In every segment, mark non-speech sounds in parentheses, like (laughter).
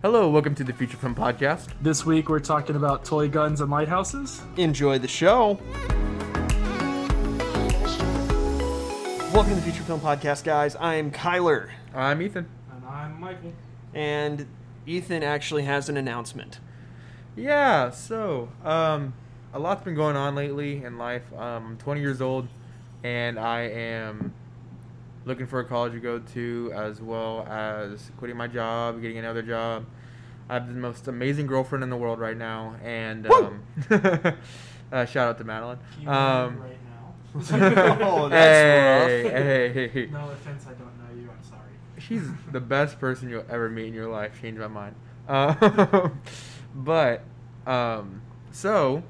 Hello, welcome to the Future Film Podcast. This week we're talking about toy guns and lighthouses. Enjoy the show. Welcome to the Future Film Podcast, guys. I am Kyler, I'm Ethan. And I'm Michael. and Ethan actually has an announcement. Yeah, so um, a lot's been going on lately in life. Um, I'm 20 years old, and I am looking for a college to go to, as well as quitting my job, getting another job. I have the most amazing girlfriend in the world right now, and um, (laughs) uh, shout out to Madeline. Um, right now. Oh, (laughs) that's hey, rough. hey, hey, hey. No offense, I don't know you. I'm sorry. she's the best person you'll ever meet in your life. Change my mind. Um, (laughs) but um, so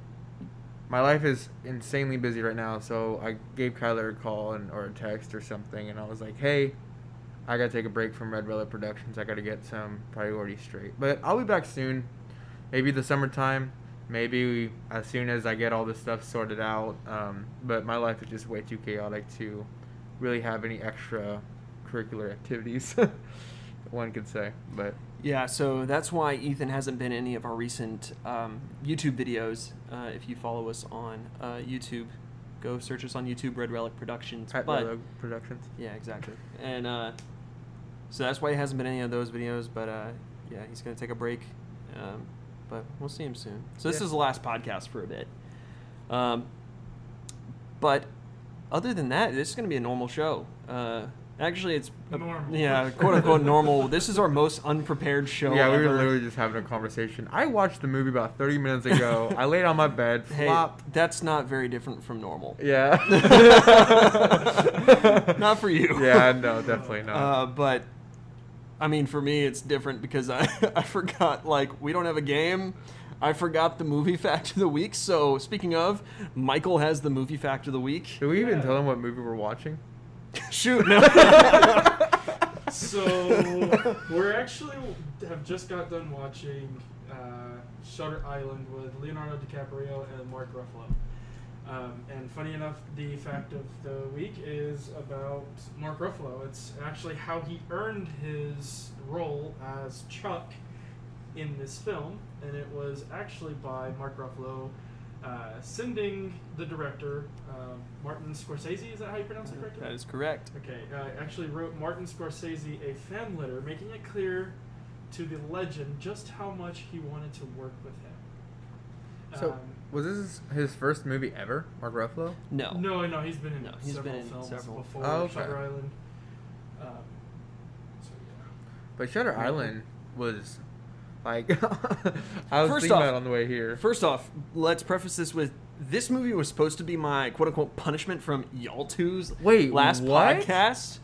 my life is insanely busy right now. So I gave Kyler a call and or a text or something, and I was like, "Hey, I gotta take a break from Red Velvet Productions. I gotta get some priorities straight. But I'll be back soon. Maybe the summertime. Maybe we, as soon as I get all this stuff sorted out. Um, but my life is just way too chaotic to really have any extra curricular activities. (laughs) one could say, but Yeah, so that's why Ethan hasn't been in any of our recent um, YouTube videos. Uh, if you follow us on uh, YouTube, go search us on YouTube, Red Relic Productions. at but Red Velvet Productions. yeah, exactly. And uh, so that's why he hasn't been in any of those videos. But uh, yeah, he's gonna take a break. Um, but we'll see him soon. So this Yeah. is the last podcast for a bit. Um, but other than that, this is gonna be a normal show. Uh, actually, it's Normal. yeah, quote unquote normal. This is our most unprepared show. yeah, we ever. were literally just having a conversation. I watched the movie about 30 minutes (laughs) ago. I laid on my bed, Hey, flopped. that's not very different from normal. (laughs) Yeah. (laughs) Not for you. Yeah, no, definitely not. Uh, but I mean, for me, it's different because I (laughs) I forgot like we don't have a game. I forgot the movie fact of the week. So speaking of, Michael has the movie fact of the week. Should we even tell them what movie we're watching? (laughs) Shoot, no. (laughs) So we're actually have just got done watching uh, Shutter Island with Leonardo DiCaprio and Mark Ruffalo. Um, and funny enough, the fact of the week is about Mark Ruffalo. It's actually how he earned his role as Chuck in this film, and it was actually by Mark Ruffalo uh, sending the director um, Martin Scorsese. Is that how you pronounce it correctly? that is correct. Okay, uh, actually wrote Martin Scorsese a fan letter, making it clear to the legend just how much he wanted to work with him. um, So, was this his first movie ever, Mark Ruffalo? No. no, no, he's been in No, he's several been in films several. before Oh, okay. Shutter Island. Um, so yeah. But Shutter Island was like (laughs) I was First thinking off- about it on the way here. First off, let's preface this with this movie was supposed to be my quote unquote punishment from y'all two's Wait, last what? podcast.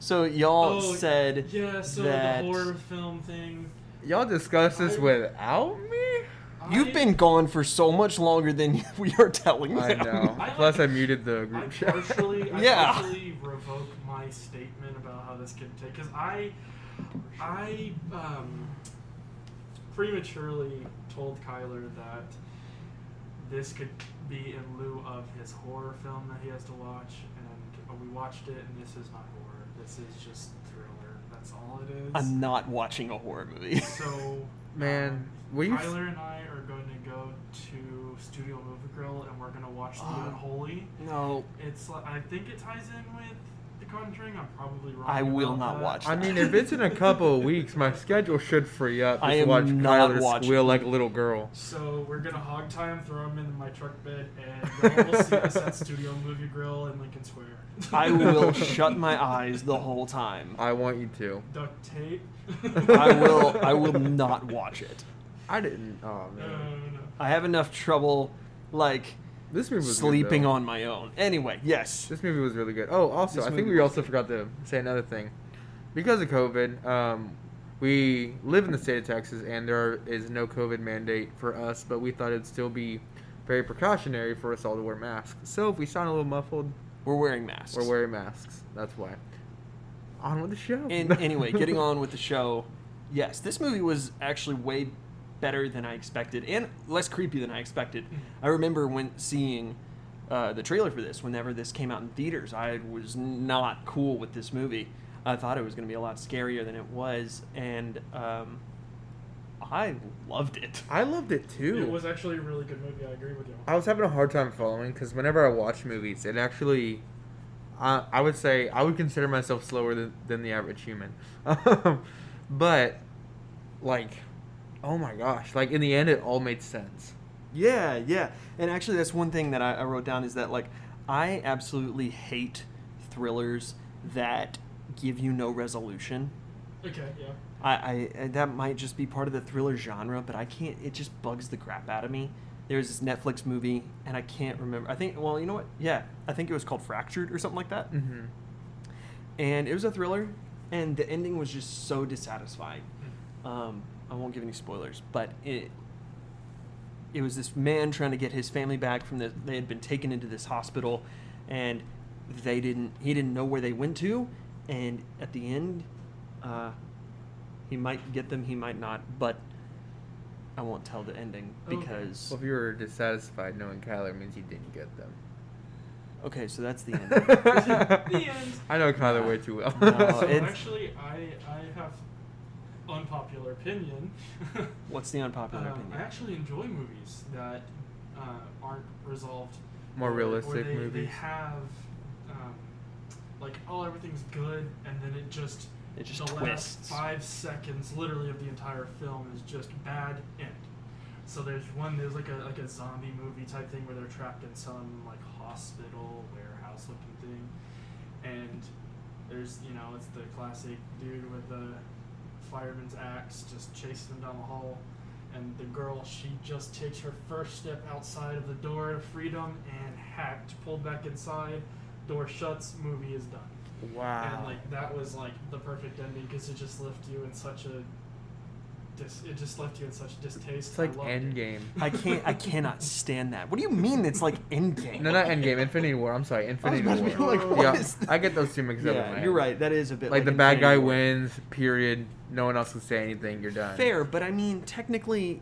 So y'all Oh, said yeah, so that the horror film thing. Y'all discussed this I- without me? you've I- been gone for so much longer than (laughs) we are telling I them. know. I like- Plus, I muted the I group chat. partially, I Yeah. partially revoke my statement about how this can take because I, I um, prematurely told Kyler that this could be in lieu of his horror film that he has to watch, and uh, we watched it, and this is not horror. This is just thriller. That's all it is. I'm not watching a horror movie. So, Man, um, will you- Tyler and I are going to go to Studio Movie Grill, and we're going to watch Oh. The Unholy. (laughs) No. It's like, I think it ties in with The Conjuring. I'm probably wrong. I will about not that. watch I mean, if it's in a couple of weeks, (laughs) my schedule should free up. I Just am watch not Kyler watching- squeal like a little girl. So we're gonna hog tie him, throw him in my truck bed, and y'all will see us at Studio Movie Grill in Lincoln Square. (laughs) I will shut my eyes the whole time. I want you to. Duct tape. (laughs) I will I will not watch it. I didn't. Oh No, man, no, no. I have enough trouble like this movie was good, sleeping though. on my own. Anyway, yes. This movie was really good. Oh, also, This I think movie we was also forgot to say another thing. Because of COVID, um, we live in the state of Texas, and there is no COVID mandate for us, but we thought it'd still be very precautionary for us all to wear masks. So if we sound a little muffled, We're wearing masks. we're wearing masks. That's why. On with the show. And anyway, (laughs) getting on with the show. Yes, this movie was actually way better than I expected and less creepy than I expected. I remember when seeing uh, the trailer for this, whenever this came out in theaters, I was not cool with this movie. I thought it was going to be a lot scarier than it was, and um, I loved it. I loved it too. It was actually a really good movie. I agree with you. I was having a hard time following because whenever I watch movies, it actually, I I would say I would consider myself slower than, than the average human, (laughs) but like, oh my gosh! Like in the end, it all made sense. Yeah, yeah. And actually, that's one thing that I, I wrote down is that like I absolutely hate thrillers that give you no resolution. Okay, yeah. I, I and that might just be part of the thriller genre, but I can't. It just bugs the crap out of me. There's this Netflix movie, and I can't remember. I think. Well, you know what? Yeah, I think it was called Fractured or something like that. Mm-hmm. And it was a thriller, and the ending was just so dissatisfying. Um, I won't give any spoilers, but it it was this man trying to get his family back from the they had been taken into this hospital, and they didn't. He didn't know where they went to, and at the end. Uh, he might get them, he might not, but I won't tell the ending Okay. because Well, if you were dissatisfied knowing Kyler means you didn't get them. okay, so that's (laughs) the ending. The end. I know Kyler way too well. (laughs) No, so it's- actually, I I have unpopular opinion. (laughs) What's the unpopular Um, I opinion? actually enjoy movies that uh, aren't resolved. More or- or realistic they, They movies. have, um, like, oh, everything's good, and then it just. It just the twists. last five seconds, literally, of the entire film is just bad end. So there's one. There's like a like a zombie movie type thing where they're trapped in some like hospital warehouse looking thing, and there's you know it's the classic dude with the fireman's axe just chasing him down the hall and the girl she just takes her first step outside of the door to freedom and hacked pulled back inside door shuts movie is done wow. and like that was like the perfect ending because it just left you in such a dis- it just left you in such distaste it's like I loved it. Endgame. I can't. (laughs) I cannot stand that. What do you mean? It's like endgame. No, not Endgame. Infinity War. I'm sorry, Infinity about to be War. like, what yeah, is I get those two mixed up. in my Yeah, head. you're right. That is a bit Like, like, the bad guy Infinity War. wins. Period. No one else can say anything. You're done. Fair, but I mean, technically,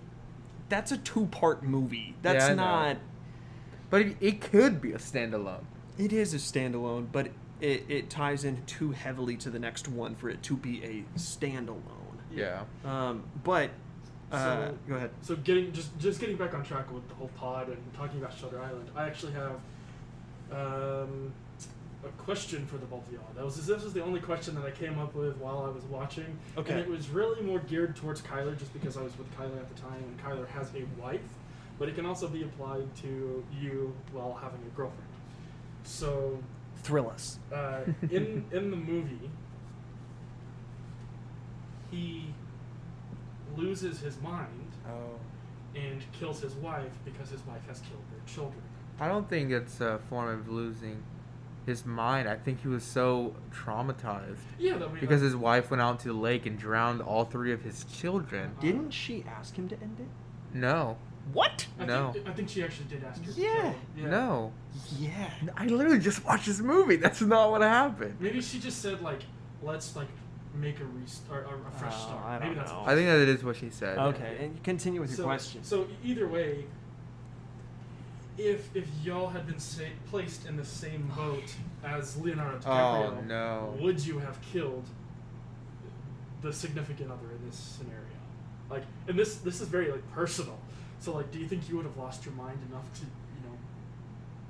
that's a two-part movie. That's I know. not. But it, it could be a standalone. It is a standalone, but it, it ties in too heavily to the next one for it to be a standalone. Yeah. Um, but uh, So- go ahead. So getting just just getting back on track with the whole pod and talking about Shutter Island, I actually have um, a question for the both of y'all. That was this was the only question that I came up with while I was watching, Okay. and it was really more geared towards Kyler, just because I was with Kyler at the time, and Kyler has a wife, but it can also be applied to you while having a girlfriend. So Thrill us. uh, (laughs) in in the movie, he loses his mind Oh. and kills his wife because his wife has killed their children. I don't think it's a form of losing his mind. I think he was so traumatized Yeah, that we because his wife went out to the lake and drowned all three of his children. Didn't she ask him to end it? No. What? I no. Think, I think she actually did ask her. to Yeah. kill him. yeah. No. Yeah. I literally just watched this movie. That's not what happened. Maybe she just said like, let's like make a restart, or a fresh Oh, start. I Maybe don't that's know. I think that it is what she said. Okay, and you continue with your so, question. So either way, if if y'all had been sa- placed in the same boat as Leonardo DiCaprio, Oh no. would you have killed the significant other in this scenario? Like, and this this is very like personal. So like, do you think you would have lost your mind enough to you know,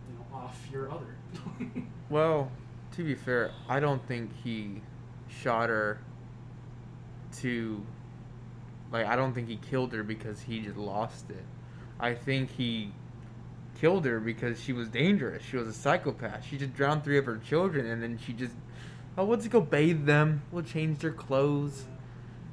you know, off your other? (laughs) Well, to be fair, I don't think he shot her to like I don't think he killed her because he just lost it. I think he killed her because she was dangerous. She was a psychopath. She just drowned three of her children and then she just oh, let's go bathe them. We'll change their clothes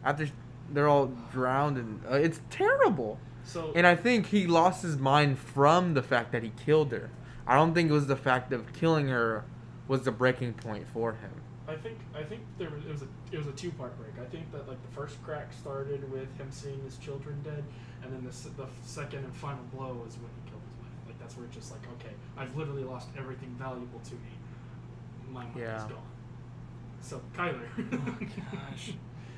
after they're all drowned and uh, it's terrible. so And I think he lost his mind from the fact that he killed her. I don't think it was the fact of killing her was the breaking point for him. I think I think there was, it was a it was a two part break. I think that like the first crack started with him seeing his children dead, and then the s- the second and final blow is when he killed his wife. Like that's where it's just like okay, I've literally lost everything valuable to me. My mind is Yeah. gone. So Kyler, gosh.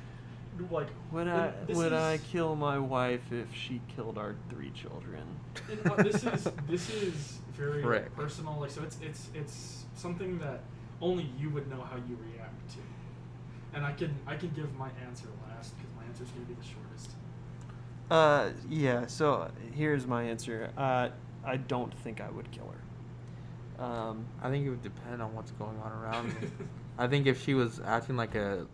(laughs) like Would and I this would I is- kill my wife if she killed our three children? And, uh, this is this is very like, Frick. personal. Like so, it's it's it's something that only you would know how you react to. And I can I can give my answer last because my answer is going to be the shortest. Uh, yeah. So here's my answer. Uh, I don't think I would kill her. Um, I think it would depend on what's going on around (laughs) me. I think if she was acting like a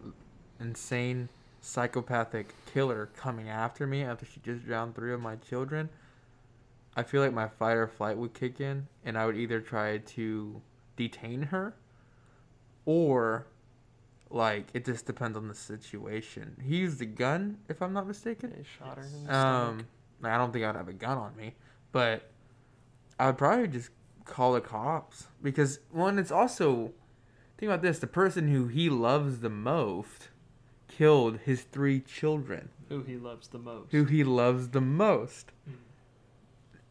insane psychopathic killer coming after me after she just drowned three of my children, I feel like my fight or flight would kick in, and I would either try to detain her, or like it just depends on the situation. He used a gun, if I'm not mistaken. I shot her. in the stomach. Um, like, I don't think I'd have a gun on me, but I'd probably just call the cops because one, it's also think about this: the person who he loves the most killed his three children, Who he loves the most. who he loves the most, Mm.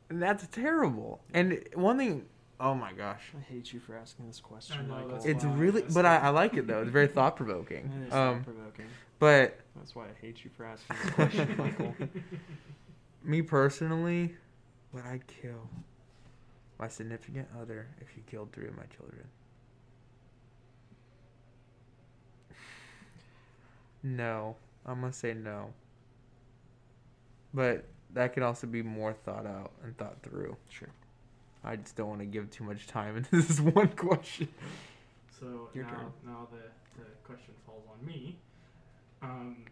and that's terrible. And one thing, oh my gosh, I hate you for asking this question, I know, Michael. that's it's why I really, asked but I, that. I like it though. It's very thought provoking. That is Um, provoking. but That's why I hate you for asking Hmm. this (laughs) question, Michael. me personally, would I kill my significant other if she killed three of my children? No, I'm gonna say no. But that could also be more thought out and thought through. Sure. I just don't want to give too much time (laughs) into this one question. (laughs) So Your now, turn. now the, the question falls on me. Um,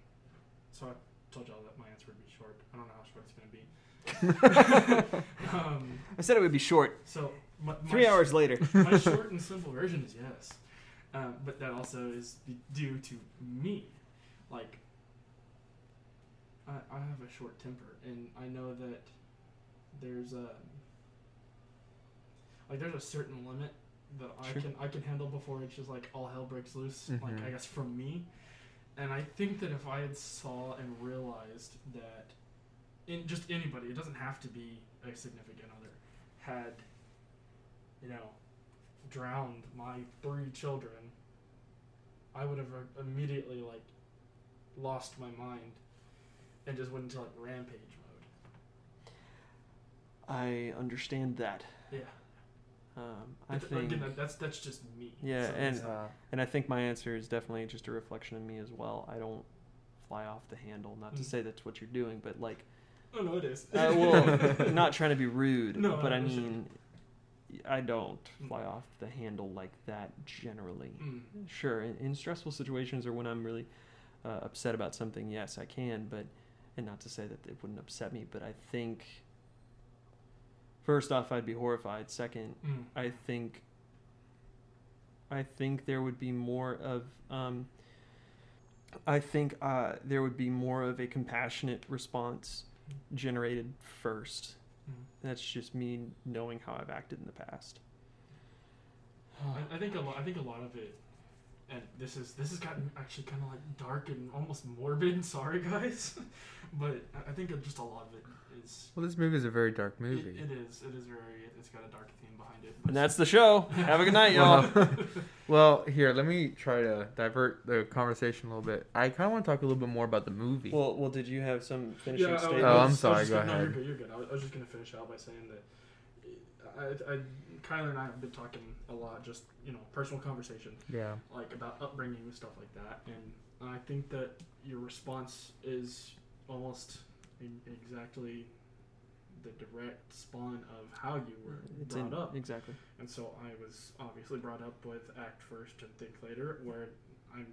so I told y'all that my answer would be short. I don't know how short it's going (laughs) to be. (laughs) um, I said it would be short. so my, my Three hours (laughs) later. My short and simple version is yes, uh, but that also is due to me. Like, I, I have a short temper, and I know that there's a like there's a certain limit that I Sure. can I can handle before it's just like all hell breaks loose. Like Mhm. I guess from me, and I think that if I had saw and realized that in just anybody, it doesn't have to be a significant other, had you know drowned my three children, I would have immediately like lost my mind and just went into like rampage mode. I understand that. Yeah, Um, I But th- think, again, that- that's that's just me. Yeah, So and- it's not- Uh, and I think my answer is definitely just a reflection of me as well. I don't fly off the handle. Not to Mm. say that's what you're doing, but like, (laughs) oh no, it is. (laughs) uh, well, not trying to be rude, No, but no, I it's- mean, I don't Mm. fly off the handle like that generally. Mm. Sure, in, in stressful situations or when I'm really uh, upset about something, yes, I can. But and not to say that it wouldn't upset me, but I think first off, I'd be horrified. Second, Mm. I think I think there would be more of um, I think uh, there would be more of a compassionate response generated first. Mm. That's just me knowing how I've acted in the past. I, I think a lot. I think a lot of it, and this is this has gotten actually kind of like dark and almost morbid. (laughs) Sorry, guys, but I- I think it- just a lot of it is. well, this movie is a very dark it- movie. it is. It is very. It's got a dark theme behind it. And that's the show. Have a (laughs) good night, (laughs) y'all. Well, here, let me try to divert the conversation a little bit. I kind of want to talk a little bit more about the movie. Well, well, did you have some finishing yeah, I- I statement? Oh, was- I'm I was sorry, just go gonna- No, you're ahead. good. You're good. I was, I was just gonna finish out by saying that. I, I, Kyler and I have been talking a lot, just you know, personal conversation, yeah. like about upbringing and stuff like that. And I think that your response is almost in, exactly the direct spawn of how you Oh, were It's brought in- up. exactly. And so I was obviously brought up with act first and think later, where I'm,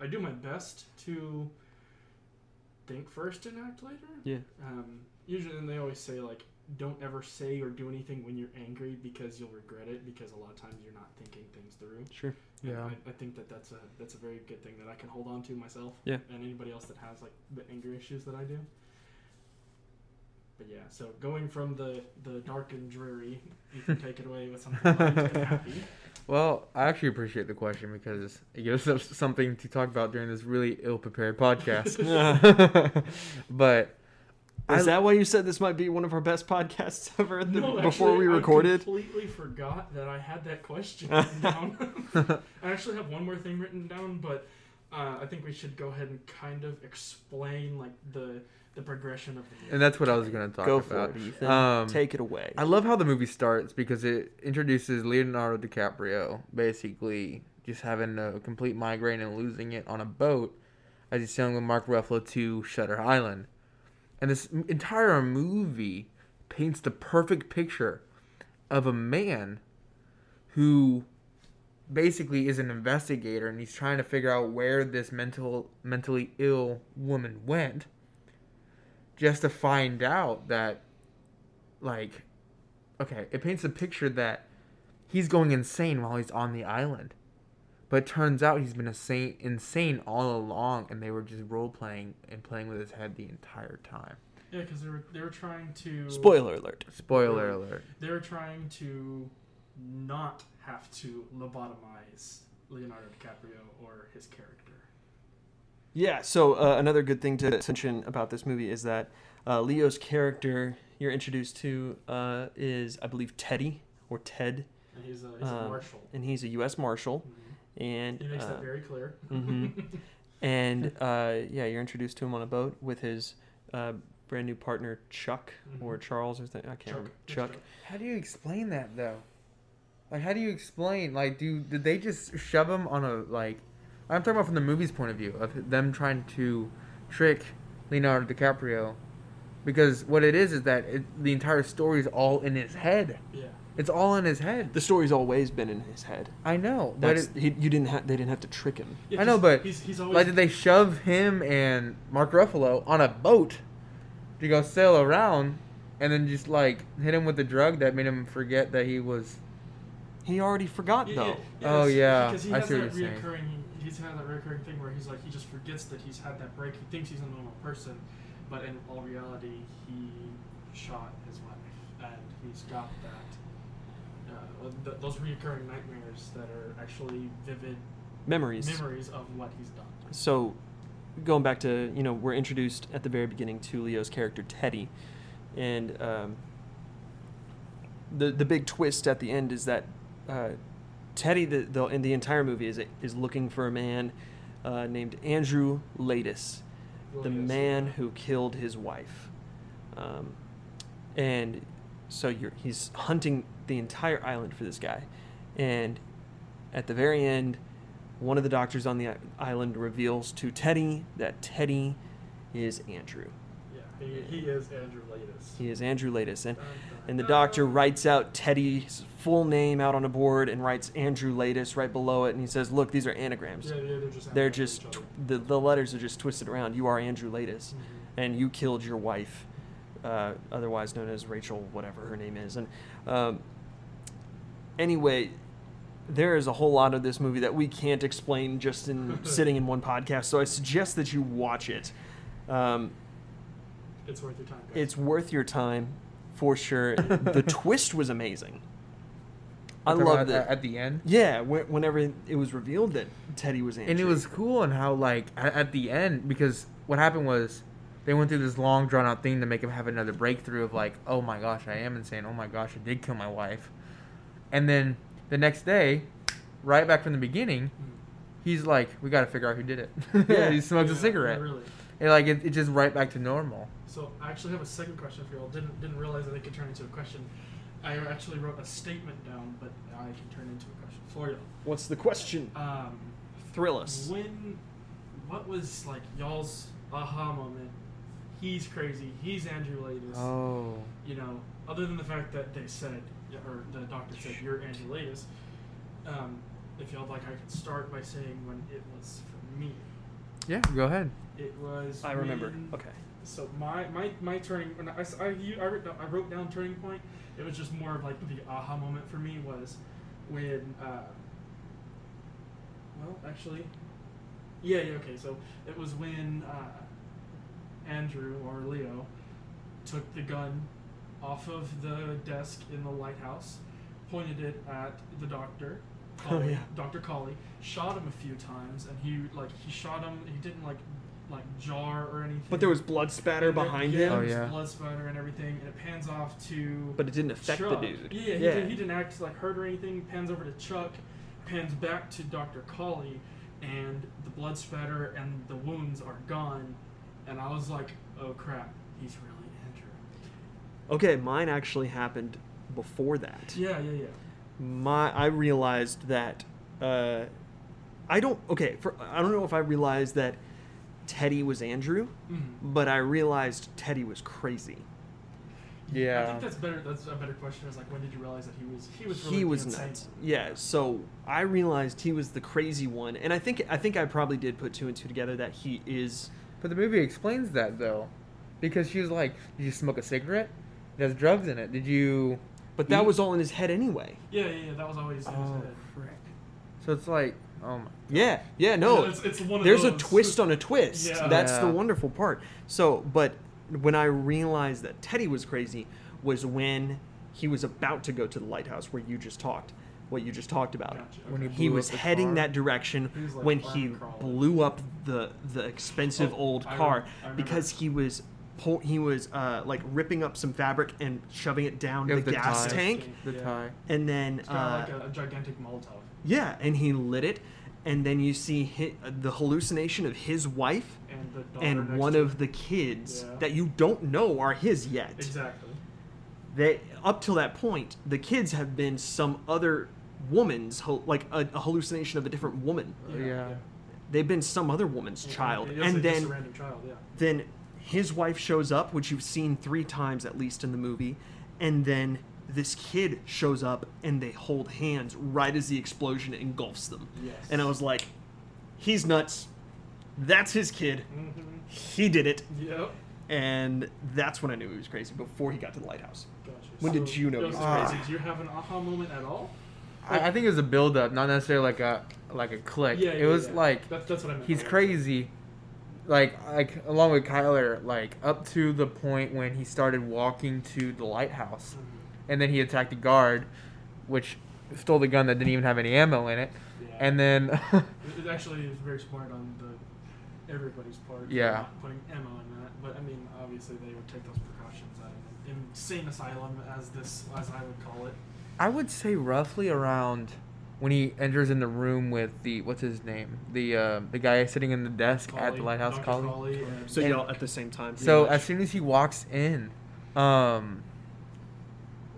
I do my best to think first and act later. Yeah. Um, usually, and they always say like, don't ever say or do anything when you're angry because you'll regret it because a lot of times you're not thinking things through. Sure. And Yeah. I, I think that that's a that's a very good thing that I can hold on to myself. Yeah. And anybody else that has like the anger issues that I do. But yeah, so going from the the dark and dreary, you can take it away with something light (laughs) and happy. Well, I actually appreciate the question because it gives us (laughs) something to talk about during this really ill prepared (laughs) podcast. (laughs) but I- Is that why you said this might be one of our best podcasts (laughs) ever at the- No, before actually, we I recorded? completely forgot that I had (laughs) that question written down. I actually have one more thing written down, but uh, I think we should go ahead and kind of explain like the the progression of the. and that's what I was going to talk Go about. for it, Ethan. Um, Take it away. I love how the movie starts because it introduces Leonardo DiCaprio basically just having a complete migraine and losing it on a boat as he's sailing with Mark Ruffalo to Shutter Island. And this m- entire movie paints the perfect picture of a man who basically is an investigator and he's trying to figure out where this mental mentally ill woman went just to find out that like okay, it paints a picture that he's going insane while he's on the island. But it turns out he's been insane, insane all along, and they were just role playing and playing with his head the entire time. Yeah, because they were they were trying to Spoiler alert. Spoiler alert. They were trying to not have to lobotomize Leonardo DiCaprio or his character. Yeah, so uh, another good thing to mention about this movie is that uh, Leo's character you're introduced to uh, is, I believe, Teddy or Ted, And he's a, he's a Um, marshal. and he's a U.S. Marshal. Mhm. And He makes uh, that very clear. (laughs) mhm. and uh, yeah, you're introduced to him on a boat with his uh, brand new partner Chuck Mm-hmm. or Charles or something. I can't remember. It's Chuck. How do you explain that though? Like, how do you explain? Like, do did they just shove him on a like? I'm talking about from the movie's point of view of them trying to trick Leonardo DiCaprio, because what it is is that it, the entire story is all in his head. Yeah. It's all in his head. The story's always been in his head. I know, but That's it, he, you didn't. Ha- they didn't have to trick him. Yeah, I know, he's- but he's, he's always like, did they shove him and Mark Ruffalo on a boat to go sail around, and then just like hit him with the drug that made him forget that he was? He already forgot Yeah, though. yeah, Oh, it's- yeah, Because he I has see what that you're saying. reoccurring. He's had that recurring thing where he's like he just forgets that he's had that break. He thinks he's a normal person, but in all reality, he shot his wife, and he's got that. Uh, th- those reoccurring nightmares that are actually vivid Memories. memories of what he's done. so going back to you know we're introduced at the very beginning to leo's character teddy and um, the the big twist at the end is that uh, teddy the, the in the entire movie is is looking for a man uh, named andrew latus the Latus. man who killed his wife um, and so you're he's hunting the entire island for this guy and at the very end one of the doctors on the i- island reveals to teddy that teddy is andrew Yeah, he, he is Andrew Latus. he is andrew latus and Dun, dun, and the dun. doctor writes out teddy's full name out on a board and writes andrew latus right below it and he says look these are anagrams Yeah, yeah, they're just. they're acting to just each tw- other. the, the letters are just twisted around you are andrew latus Mhm. and you killed your wife uh, otherwise known as rachel whatever her name is and um, anyway there is a whole lot of this movie that we can't explain just in sitting in one podcast so i suggest that you watch it um, It's worth your time. guys. Mm-hmm. it's worth your time for sure the twist was amazing i Talking love about that at, at the end. yeah whe- whenever it was revealed that teddy was andrew and it was cool and how like at, at the end because what happened was they went through this long drawn out thing to make him have another breakthrough of like oh my gosh i am insane oh my gosh i did kill my wife and then the next day right back from the beginning Mm. he's like we gotta figure out who did it (laughs) Yeah. he smokes Yeah, a yeah, cigarette Really. and like it, it just right back to normal So I actually have a second question for you all. Didn't didn't realize that it could turn into a question. I actually wrote a statement down, but I can turn into a question for you. what's the question Um, thrill us when, what was like y'all's aha moment? He's crazy. He's Andrew Latus. oh You know, other than the fact that they said, or the doctor said, you're Andrew Latus. Um, if y'all like, I could start by saying when it was for me. yeah go ahead It was. I remember. when- Okay. So my my my turning when I s- I, you- I wrote down, I wrote down turning point. It was just more of like the aha moment for me was when uh, well actually yeah yeah okay so it was when uh, Andrew or Leo took the gun off of the desk in the lighthouse, pointed it at the doctor. Oh, Colley, yeah. Dr. Colley shot him a few times, and he like he shot him. He didn't like like jar or anything. But there was blood spatter And there- behind yeah, him. Oh, there's yeah. blood spatter and everything, and it pans off to. But it didn't affect Chuck. the dude. Yeah, he, Did, he didn't act like hurt or anything. Pans over to Chuck, pans back to Dr. Colley, and the blood spatter and the wounds are gone. And I was like, oh crap, he's really Andrew. Okay, mine actually happened before that. Yeah, yeah, yeah. My I realized that uh, I don't okay, for, I don't know if I realized that Teddy was Andrew, Mhm. but I realized Teddy was crazy. I Yeah. think that's better. That's a better question. Is like, when did you realize that he was he was really he was insane? nuts. Yeah, so I realized he was the crazy one, and I think I think I probably did put two and two together that he is. But the movie explains that though, because she was like, "Did you smoke a cigarette? It has drugs in it. Did you?" But that He- was all in his head anyway. Yeah, yeah, yeah. That was always in his uh, head. Oh, frick! So it's like, oh my. Yeah, yeah, no. it's, it's one of there's a those. twist on a twist. Yeah. That's the Yeah. wonderful part. So, but when I realized that Teddy was crazy was when he was about to go to the lighthouse where you just talked, what you just talked about. Gotcha, When he okay. blew He up was the heading car. that direction He was, like, when he arm crawling. blew up the the expensive Oh, old I rem- car I remember. because he was pull, he was uh, like ripping up some fabric and shoving it down Yeah, the, with the gas ties. tank, The Yeah. tie. and then It's uh, kind of like a, a gigantic Molotov. yeah, and he lit it, and then you see hi the hallucination of his wife And the daughter and next one to of him. the kids Yeah. that you don't know are his yet. exactly. Uh, They up till that point, the kids have been some other woman's, hal- like a, a hallucination of a different woman. Yeah. yeah. They've been some other woman's Yeah, child, yeah, and it's just a then random child, yeah. then his wife shows up, which you've seen three times at least in the movie, and then this kid shows up and they hold hands right as the explosion engulfs them. Yes. And I was like, he's nuts. That's his kid. Mhm. He did it. Yep. And that's when I knew he was crazy before he got to the lighthouse. Gotcha. When did you know he was Joseph, crazy? Did you have an aha moment at all? I, I think it was a build up, not necessarily like a like a click. Yeah, it yeah, was yeah. like That's- that's what I meant. he's crazy, like like along with Kyler, like up to the point when he started walking to the lighthouse, Mhm. and then he attacked a guard, which stole the gun that didn't even have any ammo in it, Yeah. and then (laughs) It- it actually is very smart on the everybody's part. for Yeah. not Putting ammo in that, but I mean, obviously they would take those precautions at an insane asylum, as this as I would call it. I would say roughly around when he enters in the room with the what's his name the uh, the guy sitting in the desk at the Collie, lighthouse Dr. collie. Collie and- So And- y'all at the same time. pretty So much. as soon as he walks in, um,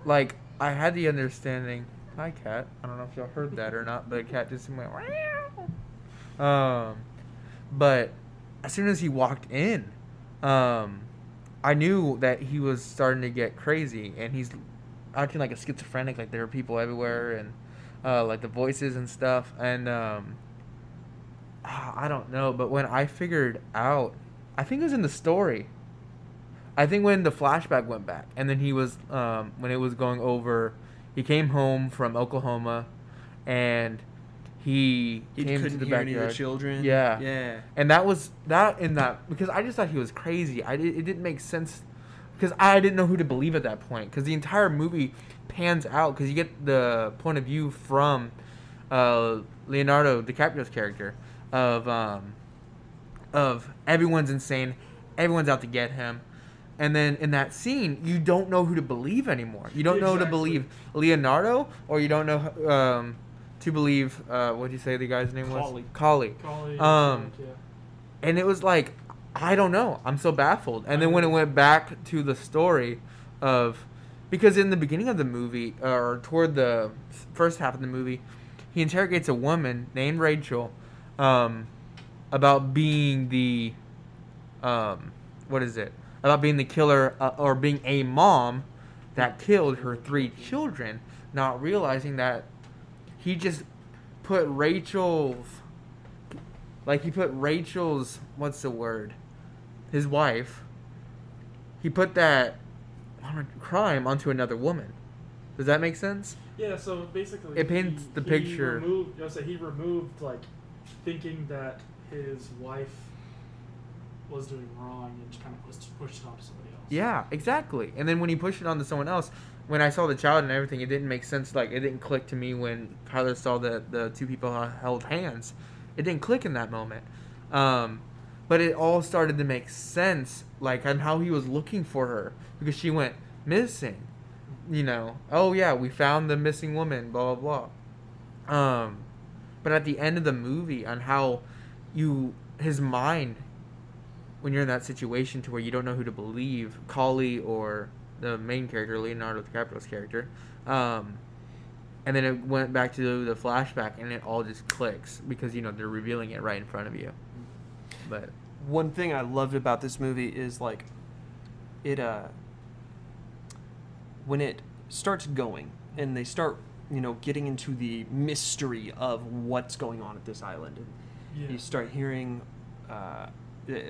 like I had the understanding. Hi, cat. I don't know if y'all heard that or not, but the cat just went. "Meow." Um, but as soon as he walked in, um, I knew that he was starting to get crazy, and he's acting like a schizophrenic. Like there are people everywhere, and uh, like the voices and stuff. And um, ah, I don't know, but when I figured out, I think it was in the story. I think when the flashback went back, and then he was um, when it was going over, he came home from Oklahoma, and he, he came couldn't to the hear backyard. any of the children. Yeah. Yeah. And that was that in that because I just thought he was crazy. I di- it didn't make sense because I didn't know who to believe at that point because the entire movie pans out because you get the point of view from uh, Leonardo DiCaprio's character of um, of everyone's insane, everyone's out to get him. And then in that scene, you don't know who to believe anymore. You don't know who to Exactly. believe Leonardo, or you don't know um, to believe uh, what did you say the guy's name was Collie. Collie Um, Collie. Frank, yeah. and it was like I don't know. I'm so baffled. And then when it went back to the story of because in the beginning of the movie or toward the first half of the movie, he interrogates a woman named Rachel um, about being the um, what is it? About being the killer uh, or being a mom that killed her three children, not realizing that he just put Rachel's like he put Rachel's what's the word? His wife. He put that crime onto another woman. Does that make sense? Yeah, so basically, It paints the picture. Removed, I would say he removed like thinking that his wife was doing wrong and just kind of pushed, pushed it onto somebody else. Yeah, exactly. And then when he pushed it onto someone else, when I saw the child and everything, it didn't make sense. Like it didn't click to me when Tyler saw the the two people h- held hands. It didn't click in that moment. Um, but it all started to make sense, like on how he was looking for her because she went missing. You know, oh yeah, we found the missing woman. Blah blah blah. Um, but at the end of the movie, on how you his mind when you're in that situation to where you don't know who to believe, Collie or the main character, Leonardo DiCaprio's character, um, and then it went back to the flashback, and it all just clicks because you know they're revealing it right in front of you. But one thing I loved about this movie is like it uh when it starts going and they start you know getting into the mystery of what's going on at this island and Yeah. you start hearing uh,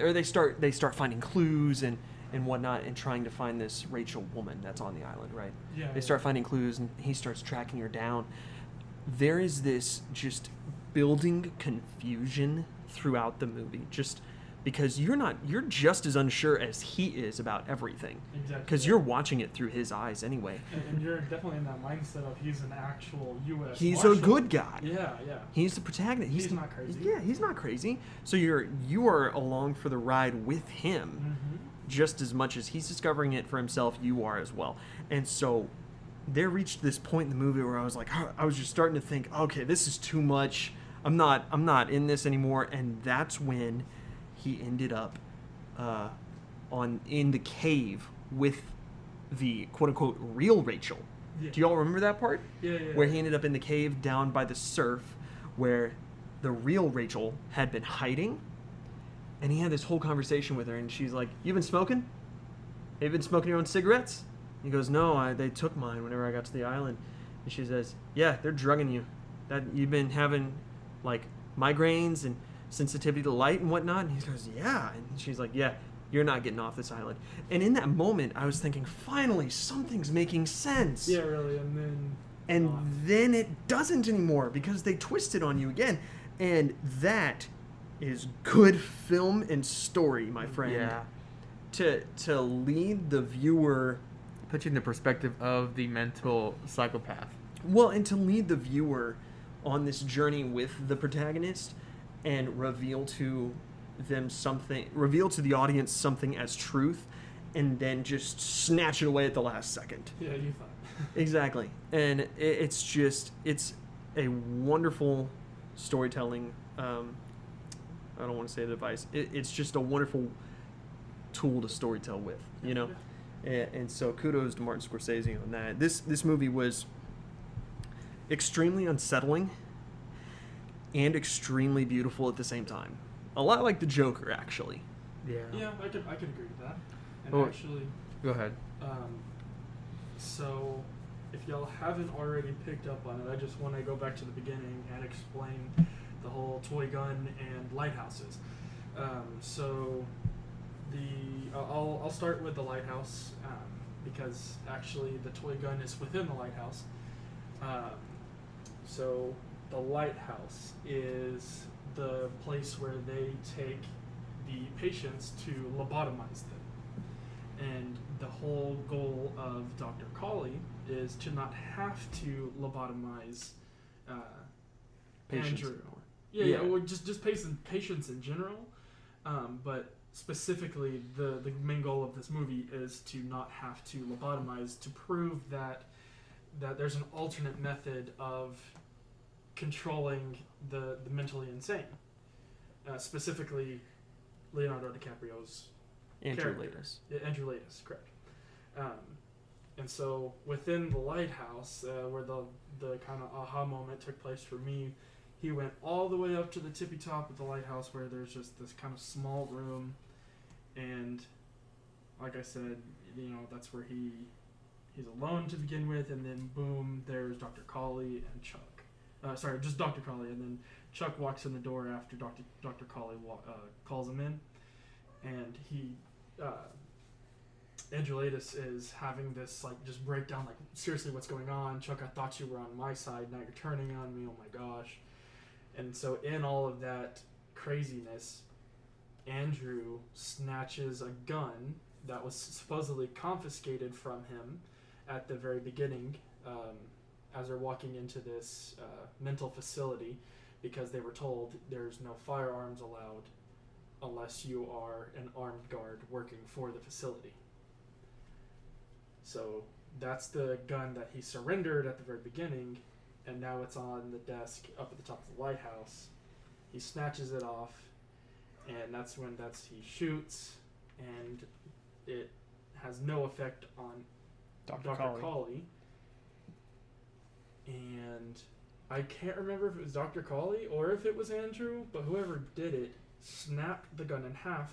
or they start they start finding clues and and whatnot and trying to find this Rachel woman that's on the island right Yeah, they yeah. start finding clues and he starts tracking her down there is this just building confusion throughout the movie just because you're not you're just as unsure as he is about everything Exactly. because you're watching it through his eyes anyway and, and you're definitely in that mindset of he's an actual U.S. he's a Marshal. good guy Yeah, yeah. He's the protagonist. He's, He's the- not crazy. Yeah, he's not crazy. So you're you are along for the ride with him Mhm. just as much as he's discovering it for himself. You are as well. And so there reached this point in the movie where I was like, "Huh," I was just starting to think, okay, this is too much. I'm not I'm not in this anymore. And that's when he ended up uh, on in the cave with the quote unquote real Rachel. Yeah. Do y'all remember that part? Yeah, yeah. where he ended up in the cave down by the surf where the real Rachel had been hiding. And he had this whole conversation with her, and she's like, You've been smoking? Have you been smoking your own cigarettes? He goes, No, I, they took mine whenever I got to the island. And she says, Yeah, they're drugging you. That You've been having like migraines and sensitivity to light and whatnot. And he goes, Yeah. And she's like, Yeah, you're not getting off this island. And in that moment, I was thinking, Finally, something's making sense. Yeah, really. And then. And Oh. then it doesn't anymore because they twist it on you again. And that is good film and story, my friend. Yeah. To to lead the viewer Put you in the perspective of the mental psychopath. well and to lead the viewer on this journey with the protagonist and reveal to them something reveal to the audience something as truth and then just snatch it away at the last second. Yeah, you thought. Exactly, and i it's just it's a wonderful storytelling. Um, I don't want to say device. It, it's just a wonderful tool to storytell with, (laughs) you know. And, and so kudos to Martin Scorsese on that. This this movie was extremely unsettling and extremely beautiful at the same time. A lot like the Joker, actually. Yeah, I could I could agree with that. And Oh. actually, Go ahead. um, so if y'all haven't already picked up on it, I just want to go back to the beginning and explain the whole toy gun and lighthouses. Um, so the uh, I'll I'll start with the lighthouse um, because actually the toy gun is within the lighthouse. Um, so the lighthouse is the place where they take the patients to lobotomize them. And the whole goal of Dr. Colley is to not have to lobotomize uh, Andrew. Yeah, yeah, Yeah. or just just patient, patients in general, um, but specifically the the main goal of this movie is to not have to lobotomize to prove that that there's an alternate method of controlling the the mentally insane, uh, specifically Leonardo DiCaprio's Andrew Character. Latus. yeah, uh, Andrew Late is correct. Um, and so within the lighthouse, uh, where the the kind of aha moment took place for me, he went all the way up to the tippy top of the lighthouse, where there's just this kind of small room, and like I said, you know that's where he he's alone to begin with, and then boom, there's Dr. Colley and Chuck. Uh, sorry, just Dr. Colley, and then Chuck walks in the door after Dr. Dr. Colley wa- uh, calls him in, and he uh, Angelatus is having this like just breakdown, like seriously, what's going on? Chuck, I thought you were on my side. Now you're turning on me. Oh my gosh! And so in all of that craziness, Andrew snatches a gun that was supposedly confiscated from him at the very beginning um, as they're walking into this uh, mental facility because they were told there's no firearms allowed unless you are an armed guard working for the facility. So that's the gun that he surrendered at the very beginning, and now it's on the desk up at the top of the lighthouse. He snatches it off, and that's when that's he shoots, and it has no effect on Dr. Colley. And I can't remember if it was Dr. Colley or if it was Andrew, but whoever did it snapped the gun in half,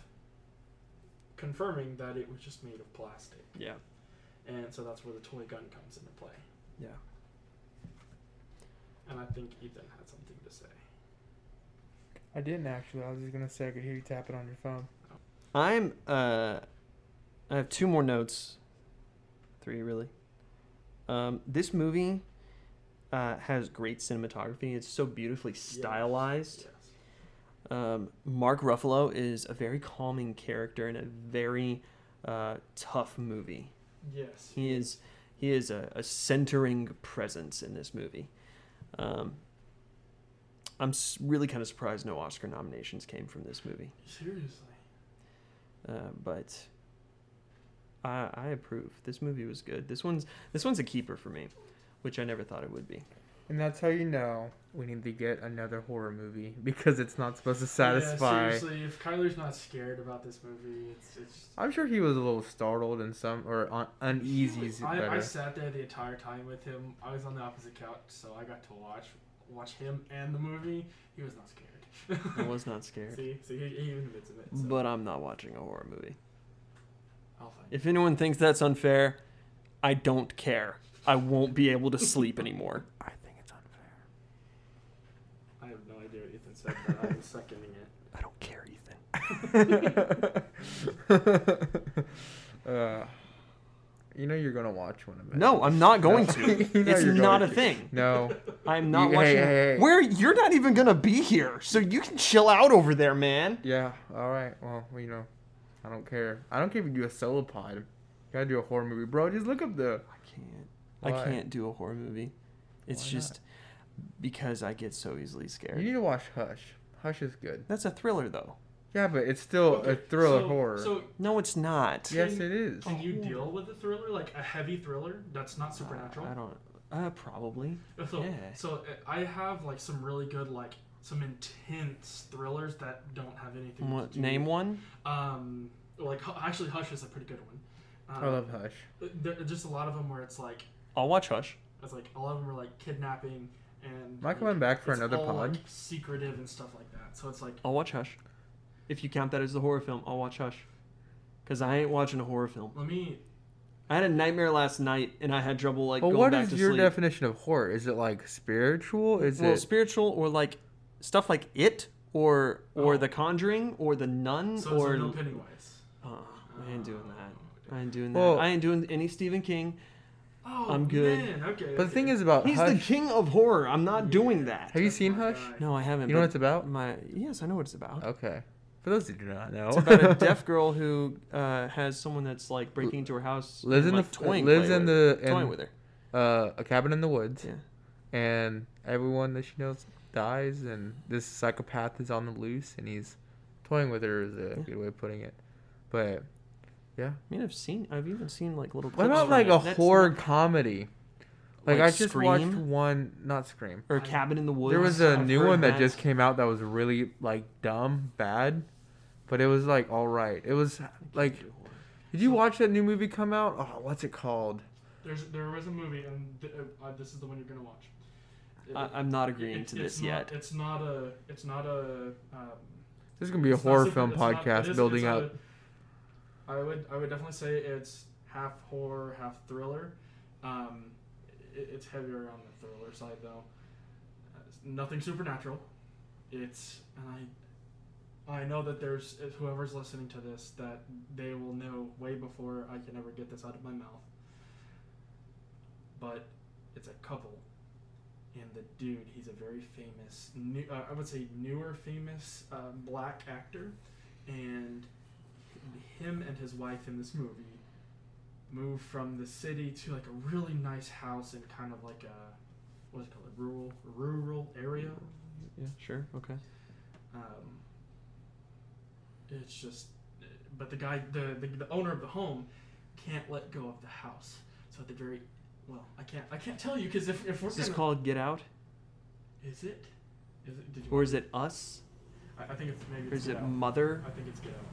confirming that it was just made of plastic. Yeah. And so that's where the toy gun comes into play. Yeah. And I think Ethan had something to say. I didn't actually. I was just gonna say I could hear you tapping on your phone. I'm uh I have two more notes. Three really. Um this movie uh has great cinematography. It's so beautifully Yes. stylized. Um Mark Ruffalo is a very calming character in a very uh tough movie. Yes. He is he is a, a centering presence in this movie. Um I'm s- really kind of surprised no Oscar nominations came from this movie. Seriously. Uh, but I, I approve. This movie was good. This one's this one's a keeper for me, which I never thought it would be. And that's how you know we need to get another horror movie because it's not supposed to Yeah, satisfy. seriously, if Kyler's not scared about this movie, it's it's. I'm sure he was a little startled and some or un- uneasy. (laughs) is better. I, I sat there the entire time with him. I was on the opposite couch, so I got to watch watch him and the movie. He was not scared. I (laughs) was not scared, See, see, he, he even admits it. So but I'm not watching a horror movie. I'll find. If anyone thinks that's unfair, I don't care. I won't be able to sleep anymore. I think it's unfair. I have no idea what Ethan said, but I'm seconding it. I don't care, Ethan. uh, you know you're gonna watch one of them. No, I'm (laughs) not going No. to. You know it's you're not a going to. thing. (laughs) No. I'm not You- hey, watching. hey, hey. Where you're not even gonna be here, so you can chill out over there, man. Yeah. All right. Well, you know, I don't care. I don't care if you do a solo pod. You gotta do a horror movie, bro. Just look up the. I can't. Why? I can't do a horror movie. It's Why not? just because I get so easily You scared. need to watch Hush. Hush is good. That's a thriller, though. Yeah, but it's still a thriller so, horror. So No, it's not. yes, it is. can you Oh. deal with a thriller, like a heavy thriller that's not supernatural? Uh, I don't. Uh, probably. (laughs) So, Yeah. so uh, I have like some really good like some intense thrillers that don't have anything. What, to do. name one. Um, like Hu- actually, Hush is a pretty good one. Um, I love Hush. There, just a lot of them where it's like I'll watch Hush. it's like a lot of them are like kidnapping and. Am I like, coming back for it's another all, pod? Like, secretive and stuff like that. So it's like I'll watch Hush. If you count that as a horror film, I'll watch Hush. Cause I ain't watching a horror film. let me. I had a nightmare last night, and I had trouble like well, going what back is to your sleep. definition of horror? Is it like spiritual? Is well, it? spiritual or like stuff like it or or Oh. The Conjuring or The Nun So or it's like no Pennywise. Oh, I ain't doing that. I ain't doing that. Well- I ain't doing any Stephen King. Oh I'm good. Man, okay. but the thing is about He's uh, Hush. the king of horror. I'm not doing that. Have you seen Hush? No, I haven't. You know but what it's about? Uh, My yes, I know what it's about. Okay. For those who do not know, (laughs) It's about a deaf girl who uh, has someone that's like breaking into her house. lives and, in like, the toying lives play in with- the toying in, with her. uh, a cabin in the woods, Yeah. and everyone that she knows dies, and this psychopath is on the loose, and he's toying with her is a Yeah. good way of putting it. But I mean, I've seen. I've even seen like little. what clips about from like it. a That's horror not- comedy? Like, Like I just watched Scream? one, not Scream. or cabin in the woods. There was a I've new heard one that just came out that was really like dumb, bad, but it was like all right. It was like, I can't do horror. did you So- watch that new movie come out? Oh, what's it called? There's there was a movie and th- uh, uh, this is the one you're gonna watch. It- I, I'm not it- agreeing to it's this not, yet. It's not a. It's not a. Um, This is gonna be a it's not horror super- film it's not- podcast it is- building it's up. A, I would I would definitely say it's half horror, half thriller. Um, it, it's heavier on the thriller side though. Uh, it's nothing supernatural. It's and I I know that there's if whoever's listening to this that they will know way before I can ever get this out of my mouth. But it's a couple. And the dude, he's a very famous, new, uh, I would say newer famous uh, black actor, and him and his wife in this movie move from the city to like a really nice house in kind of like a what's it called a rural rural area. Yeah, sure, okay. Um, it's just, but the guy, the, the the owner of the home, can't let go of the house. So at the very, well, I can't I can't tell you because if if we're Is this gonna- called Get Out, is it? Is it? Did you? or is it Us, I, I think it's maybe. or It's is it Get Out. Mother? I think it's Get Out.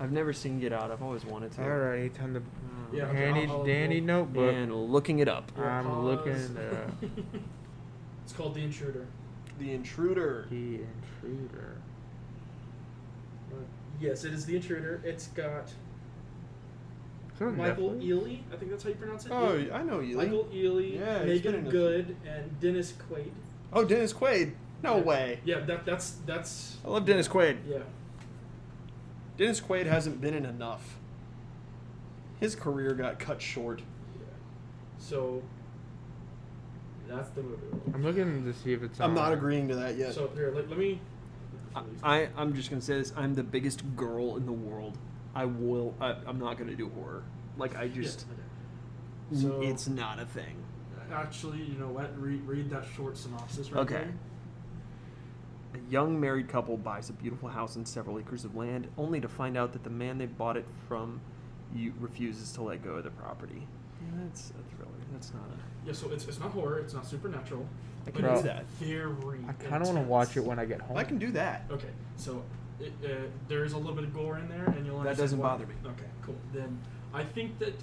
I've never seen Get Out. I've always wanted to. Alrighty, time to Yeah, okay, handy I'll- I'll- dandy I'll- notebook. and looking it up. We'll I'm pause. (laughs) looking it up. it's called The Intruder. The intruder. The intruder. Uh, Yes, it is The Intruder. It's got So Michael Netflix? Ealy. I think that's how you pronounce it. Oh, Ealy. I know you. Michael Ealy, Yeah, he's been in Megan a few. Good, and Dennis Quaid. Oh, Dennis Quaid. No Yeah. way. Yeah, that, that's that's. I love Dennis Quaid. Yeah, Dennis Quaid hasn't been in enough. His career got cut short. yeah. So that's the movie. I'm looking to see if it's. I'm on. not agreeing to that yet. So here, let, let me. I, I'm just gonna say this. I'm the biggest girl in the world. I will. I, I'm not gonna do horror. Like I Yeah, just, okay. so, So- it's not a thing. Actually, you know what? Read, read that short synopsis right Okay. there. A young married couple buys a beautiful house and several acres of land, only to find out that the man they bought it from you refuses to let go of the property. Yeah, that's a thriller. That's not a. Yeah, so it's, it's not horror, it's not supernatural. I but can Bro. it's do that. Very I kind of want to watch it when I get home. I can do that. Okay, so it, uh, there is a little bit of gore in there, and you'll That understand doesn't why. bother me. Okay, cool. Then I think that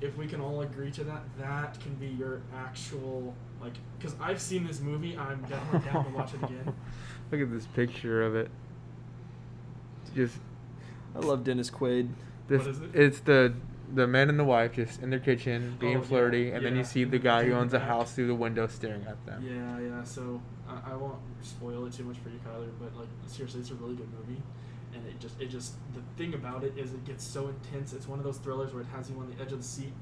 if we can all agree to that, that can be your actual like. Because I've seen this movie, I'm (laughs) definitely down to watch it again. (laughs) Look at this picture of it. It's just I love Dennis Quaid. this. What is it? It's the the man and the wife just in their kitchen being Oh, yeah, flirty, and then yeah. you see the guy who Dude, owns a that- house through the window staring at them. Yeah, yeah. So I, I won't spoil it too much for you, Kyler. But like seriously, it's a really good movie, and it just it just the thing about it is it gets so intense. It's one of those thrillers where it has you on the edge of the seat,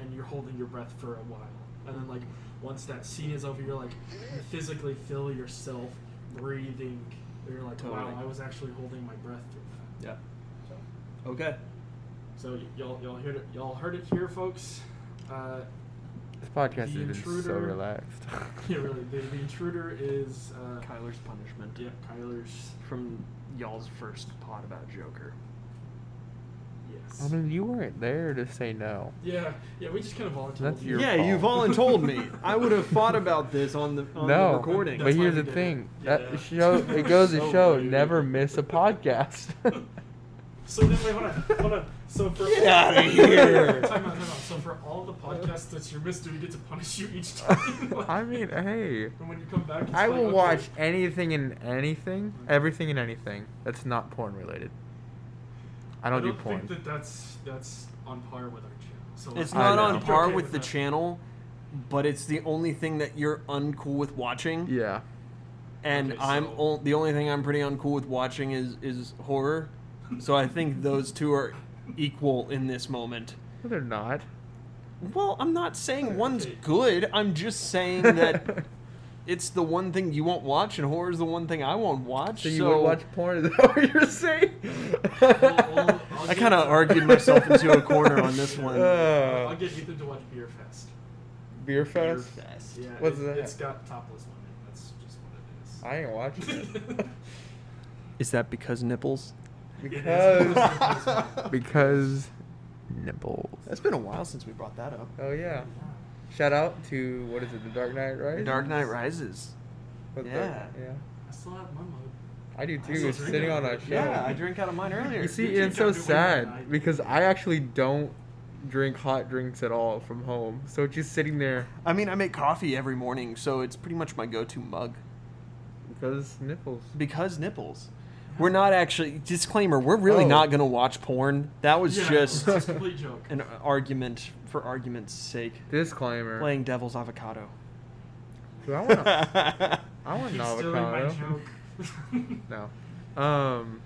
and you're holding your breath for a while, and then like once that scene is over, you're like physically feel yourself breathing. You're like, Totally. wow, I was actually holding my breath through that. Yeah. Okay. So y- y'all y'all heard it y'all heard it here, folks. Uh, This podcast The has been so Intruder. relaxed. (laughs) yeah, really. (laughs) The, the intruder is uh, Kyler's punishment. yeah, Kyler's From y'all's first pod about Joker. yes. I mean, you weren't there to say no. Yeah, yeah, we just kind of volunteered. That's your yeah, you fault. (laughs) voluntold me. I would have thought about this on the on no, the recording. but That's why here's we the did it. thing. Yeah. That show it goes (laughs) to So show rude. never miss a podcast. (laughs) So then, wait, hold on, hold on. So for (laughs) Get outta time here. out, time out. So for all the podcasts that you missed, do we get to punish you each time? (laughs) I mean, hey. and when you come back, it's I like, will okay, watch anything and anything, Mhm. everything and anything that's not porn related. I don't, do porn. think that that's that's on par with our channel. So It's I not know. on It's par okay with the that. channel, but it's the only thing that you're uncool with watching. yeah. And Okay, I'm so- o- the only thing I'm pretty uncool with watching is is horror. So I think those two are equal in this moment. No, they're not. Well, I'm not saying one's Okay. good. I'm just (laughs) saying that it's the one thing you won't watch, and horror is the one thing I won't watch. so you would watch porn, is that (laughs) what you're saying? I'll- I'll- I'll I get- kind of argued myself into a corner on this one. Uh, I'll get Ethan to watch Beer Fest. beer fest? Yeah, What's it, that? It's got topless women. That's just what I ain't watching it. it (laughs) is. Is that because nipples? Because, (laughs) That's because nipples. been a while since we brought that up. Oh, yeah. Shout out to, what is it, The Dark Knight, right? Dark Knight Rises. yeah. yeah. yeah. I still have my mug. I do I'm too. still It's sitting drinking. on a shelf. Yeah, I drank out of mine earlier. You see, You it's drink so out the window at sad night. because I actually don't drink hot drinks at all from home. So it's just sitting there I mean, I make coffee every morning, so it's pretty much my go-to mug because nipples. because nipples. We're not actually disclaimer. We're really Oh. not gonna watch porn. That was Yeah, (laughs) (laughs) just it's a complete joke. an argument for argument's sake. Disclaimer. Playing devil's avocado. Do I want a, (laughs) I want an Keep stealing my avocado. joke. (laughs) No. Um,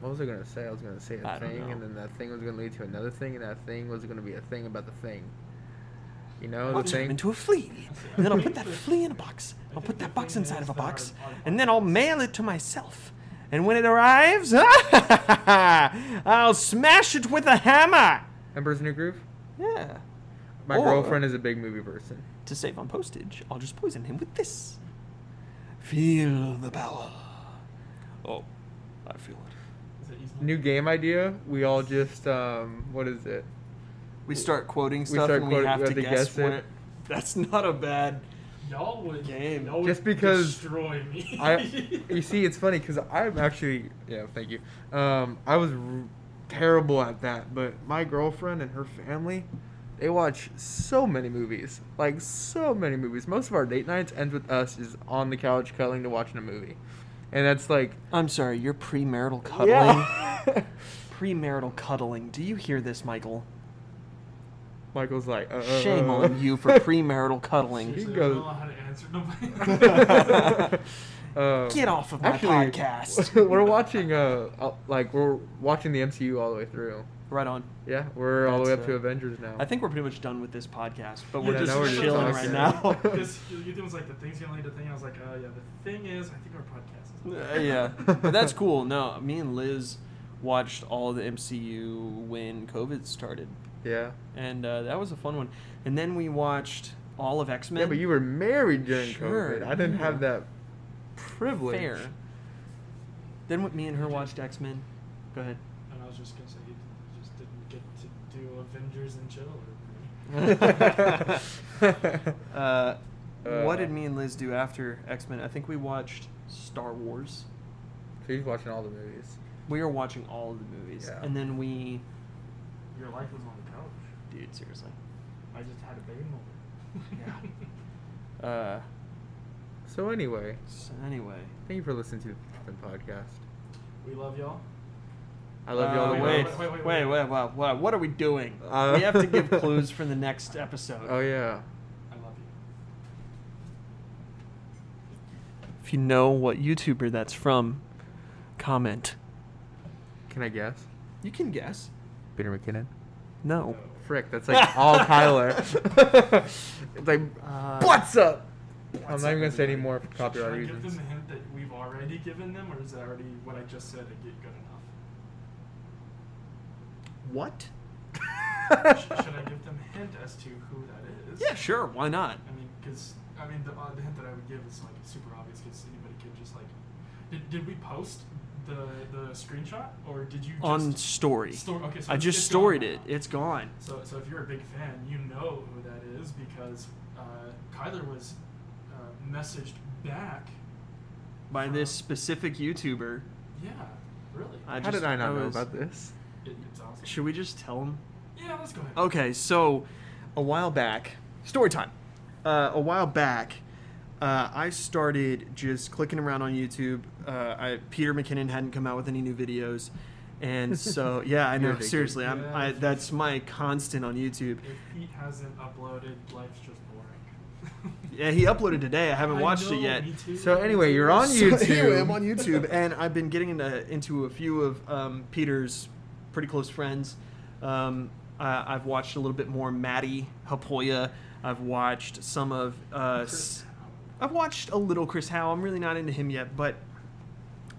what was I gonna say? I was gonna say a I don't thing, know. and then that thing was gonna lead to another thing, and that thing was gonna be a thing about the thing. You know the I'll turn him thing. into a flea, and then I'll put that flea in a box. I'll put that box inside of a box, and then I'll mail it to myself. And when it arrives, (laughs) I'll smash it with a hammer. Emperor's New Groove. Yeah. My Or- girlfriend is a big movie person. To save on postage, I'll just poison him with this. Feel the power. Oh, I feel it. Is it easy? New game idea. We all just um, what is it? We start quoting stuff start and we quoting- have we to, guess, what it. it. (laughs) That's not a bad. Y'all would Game. Y'all would Just because destroy me. (laughs) I you see, it's funny because I'm actually yeah. Thank you. Um, I was r- terrible at that, but my girlfriend and her family, they watch so many movies, like so many movies. Most of our date nights ends with us is on the couch cuddling to watching a movie. and that's like I'm sorry, you're premarital cuddling. (laughs) yeah. Premarital cuddling. Do you hear this, Michael? (laughs) Michael's like uh, uh, Shame uh, (laughs) on you for premarital cuddling. He Seriously, I goes- don't know how to answer nobody. (laughs) Um, Get off of my actually, (laughs) podcast. we're watching uh uh, like we're watching the MCU all the way through. right on. Yeah, we're all the way That's, up to uh, Avengers now. I think we're pretty much done with this podcast, but Yeah, we're now we're just just chilling right talking. now. (laughs) (laughs) Because Ethan was like, the thing's gonna lead to thing. I was like, uh, yeah, the thing is, I think our podcast is. (laughs) Uh, (laughs) yeah, but that's cool. No, me and Liz watched all the MCU when COVID started, yeah. and uh, that was a fun one. And then we watched all of X Men. Yeah, but you were married during Sure, COVID. I didn't have yeah. that privilege. fair. Then what me and her watched X Men. Go ahead. (laughs) And I was just gonna say, Ethan just didn't get to do Avengers and chill. Or (laughs) (laughs) Uh, Uh, what did me and Liz do after X Men? I think we watched Star Wars. So he's watching all the movies. We were watching all of the movies, Yeah. and then we, your life was on the couch. dude, seriously, I just had a baby moment. (laughs) uh, So anyway, So anyway, thank you for listening to the podcast. we love y'all. I love you all Uh, the way. wait, Wait, wait, wait, wait, wait, wait, What are we doing? Uh, we have (laughs) to give clues for the next episode. Oh yeah. I love you. If you know what YouTuber that's from, comment. Can I guess? You can guess. Peter McKinnon. No. Frick, that's like (laughs) all Tyler. it's like Uh, what's up? I'm What's not up, even gonna say any everybody? more for Should- copyright Should I give them reasons. the (laughs) hint that we've already given them, or is that already what I just said? I get good (laughs) enough. What? Should, should I give them a hint as to who that is? Yeah, sure. Why not? I mean, because I mean, the, uh, the hint that I would give is like super obvious because anybody could just like. Did, did we post the the screenshot or did you just On story. Stor- okay, so I it's- just it's storied gone it. now. It's gone. So so if you're a big fan, you know who that is because uh, Kyler was uh, messaged back. By this specific YouTuber. Yeah, really. I How just- did I not know was- about this? It, it's awesome. Should we just tell him? Yeah, let's go ahead. Okay, so a while back, story time. Uh, a while back, uh, I started just clicking around on YouTube. Uh, I, Peter McKinnon hadn't come out with any new videos, and (laughs) so yeah, I You're know. addicted. Seriously, I'm, I, Yeah. that's my constant on YouTube. If Pete hasn't uploaded, life's just boring. (laughs) Yeah, he uploaded today. I haven't I watched know, it yet. me too. So anyway, you're on (laughs) So YouTube. anyway, I'm on YouTube, and I've been getting into, into a few of um, Peter's pretty close friends. Um, I, I've watched a little bit more Maddie Hapoya. I've watched some of. Uh, s- I've watched a little Chris Howe. I'm really not into him yet, but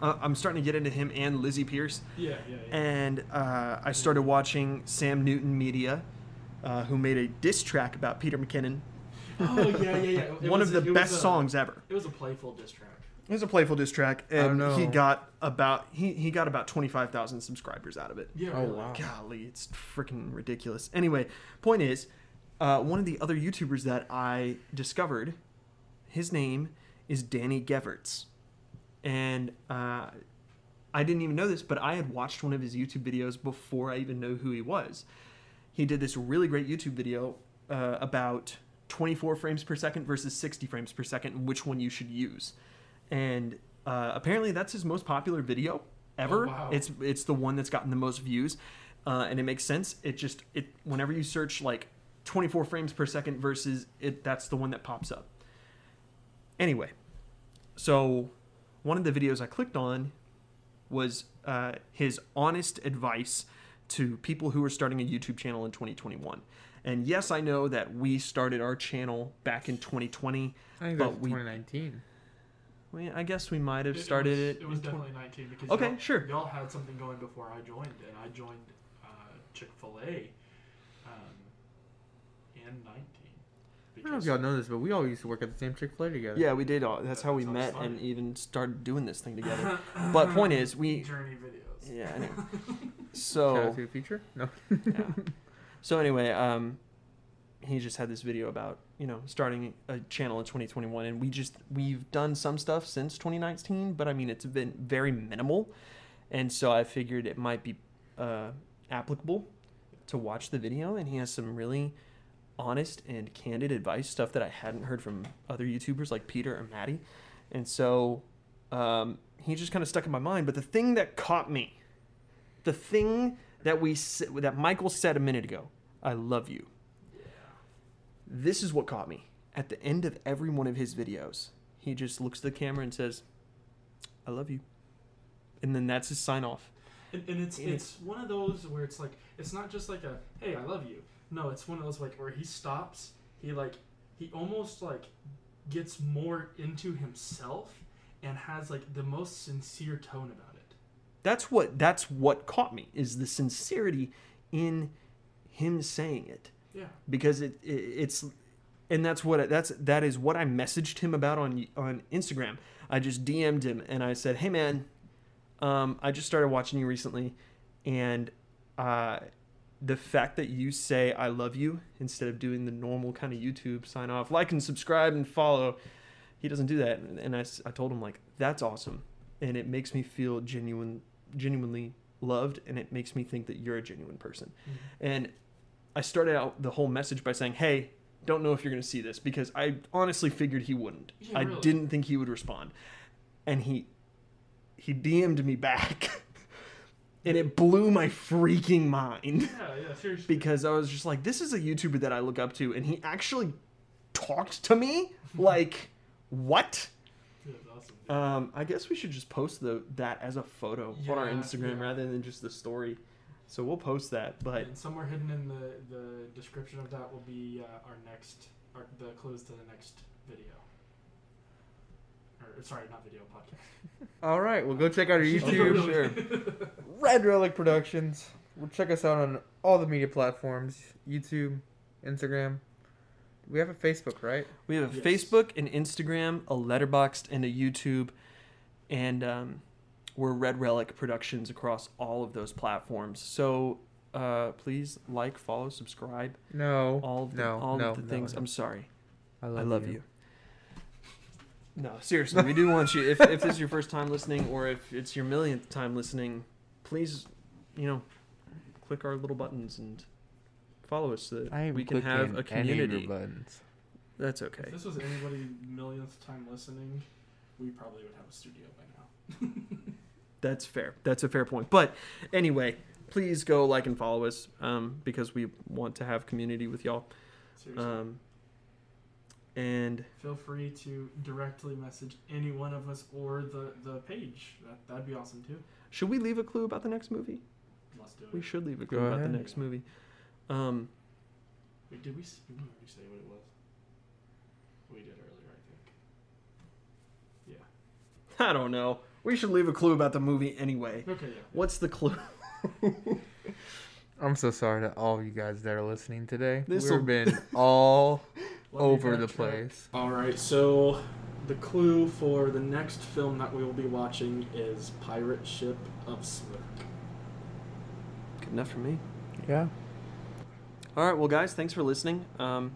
uh, I'm starting to get into him and Lizzie Pierce. Yeah, yeah, yeah. And uh, I started watching Sam Newton Media, uh, who made a diss track about Peter McKinnon. oh yeah, yeah, yeah. It (laughs) one was of a- the it was best a- songs ever. It was a playful diss track. It was a playful diss track, Oh, and no. he got about he, he got about twenty five thousand subscribers out of it. Yeah. Oh, really. wow. Golly, it's freaking ridiculous. Anyway, point is, uh, one of the other YouTubers that I discovered, his name is Danny Geverts, and uh, I didn't even know this, but I had watched one of his YouTube videos before I even know who he was. He did this really great YouTube video uh, about 24 frames per second versus 60 frames per second, and which one you should use. And uh, apparently, that's his most popular video ever. Oh, wow. It's it's the one that's gotten the most views, uh, and it makes sense. It just it whenever you search like 24 frames per second versus it, that's the one that pops up. Anyway, so one of the videos I clicked on was uh, his honest advice to people who are starting a YouTube channel in 2021. And yes, I know that we started our channel back in 2020, I think that was but we, 2019. we, I guess we might have It- started it. Was, it. it was in twen- definitely 19 because Okay, y'all, sure. Y'all had something going before I joined, and I joined uh, Chick Fil A um, in 19. I don't know if because- y'all know this, but we all used to work at the same Chick Fil A together. Yeah, we did all. That's how we That's how it met and started. even started doing this (laughs) thing together. but (sighs) point is, we journey videos. yeah. (laughs) Anyway. Shout out So to the future. No. yeah. So anyway, um, he just had this video about you know starting a channel in 2021, and we just we've done some stuff since 2019, but I mean it's been very minimal, and so I figured it might be uh, applicable to watch the video, and he has some really honest and candid advice stuff that I hadn't heard from other YouTubers like Peter or Maddie, and so um, he just kind of stuck in my mind. But the thing that caught me, the thing that we s- that Michael said a minute ago, "I love you." This is what caught me. At the end of every one of his videos, he just looks at the camera and says, "I love you," and then that's his sign off. And, and it's And it's one of those where it's like it's not just like a hey I love you. No, it's one of those like where he stops. He like he almost like gets more into himself and has like the most sincere tone about it. That's what that's what caught me is the sincerity in him saying it. Yeah. because it, it it's and that's what that's that is what I messaged him about on on Instagram. I just DM'd him and I said, "Hey man, um, I just started watching you recently, and uh, the fact that you say I love you instead of doing the normal kind of YouTube sign off, like and subscribe and follow, he doesn't do that." And, and I s- I told him like that's awesome, and it makes me feel genuine genuinely loved, and it makes me think that you're a genuine person. And I started out the whole message by saying, "Hey, don't know if you're going to see this because I honestly figured he wouldn't. Yeah, I really. didn't think he would respond." And he he DM'd me back. (laughs) and it blew my freaking mind Yeah, yeah, seriously. because I was just like, "This is a YouTuber that I look up to and he actually talked to me like what?" Dude, that's awesome. Um, I guess we should just post the, that as a photo on our Yeah, Instagram yeah. rather than just the story. So we'll post that, but and somewhere hidden in the, the description of that will be uh, our next, our, the clues to the next video. Or, sorry, not video, podcast. (laughs) All right, well, go check out our (laughs) for YouTube, (laughs) sure. Red Relic Productions. Well, check us out on all the media platforms YouTube, Instagram. We have a Facebook, right? We have a Yes. Facebook, an Instagram, a Letterboxd, and a YouTube, and um, we're Red Relic Productions across all of those platforms. So uh, please like, follow, subscribe, No. all of the, no, all no, of the no, things. no. I'm sorry, I love, I love you. (laughs) No, seriously, we do want you. If if this is your first time listening, or if it's your millionth time listening, please, you know, click our little buttons and follow us so that I we can have a community. buttons. That's okay. If this was anybody millionth time listening, we probably would have a studio by now. That's fair. That's a fair point. But anyway, please go like and follow us um, because we want to have community with y'all. Seriously. Uh, Um, and Feel free to directly message any one of us or the, the page. That, that'd be awesome too. should we leave a clue about the next movie? Let's do it. We should leave a Go clue about the ahead. next movie. Um, Wait, did we, s- did we already say what it was? We did earlier, I think. Yeah. I don't know. We should leave a clue about the movie anyway. Okay, yeah. What's the clue? I'm so sorry to all you guys that are listening today. This'll- We've (laughs) been all Let me over the backtrack. place. All right, so the clue for the next film that we will be watching is Pirate Ship of Smirk. Good enough for me. Yeah. All right, well, guys, thanks for listening. Um,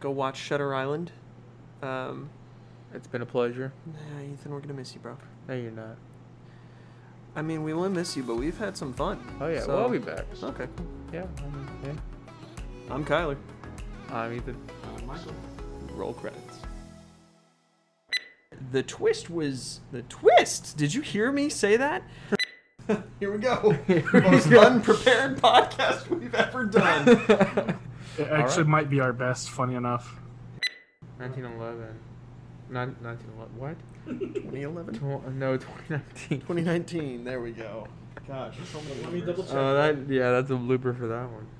go watch Shutter Island. Um, It's been a pleasure. yeah, Ethan, we're gonna miss you, bro. No, you're not. I mean, we will miss you, but we've had some fun. Oh, yeah. So- well, I'll be back. Okay. Yeah. I mean, yeah. I'm Kyler. I'm Ethan. Uh, Michael. Roll credits. The twist was the twist. Did you hear me say that? (laughs) Here we go. Most unprepared podcast we've ever done. (laughs) It actually right. might be our best, funny enough. 1911. Nin- 1911. What? 2011, Tw- no, 2019. 2019. There we go. Gosh, there's so many Let me double numbers. check. Oh, that yeah, that's a blooper for that one.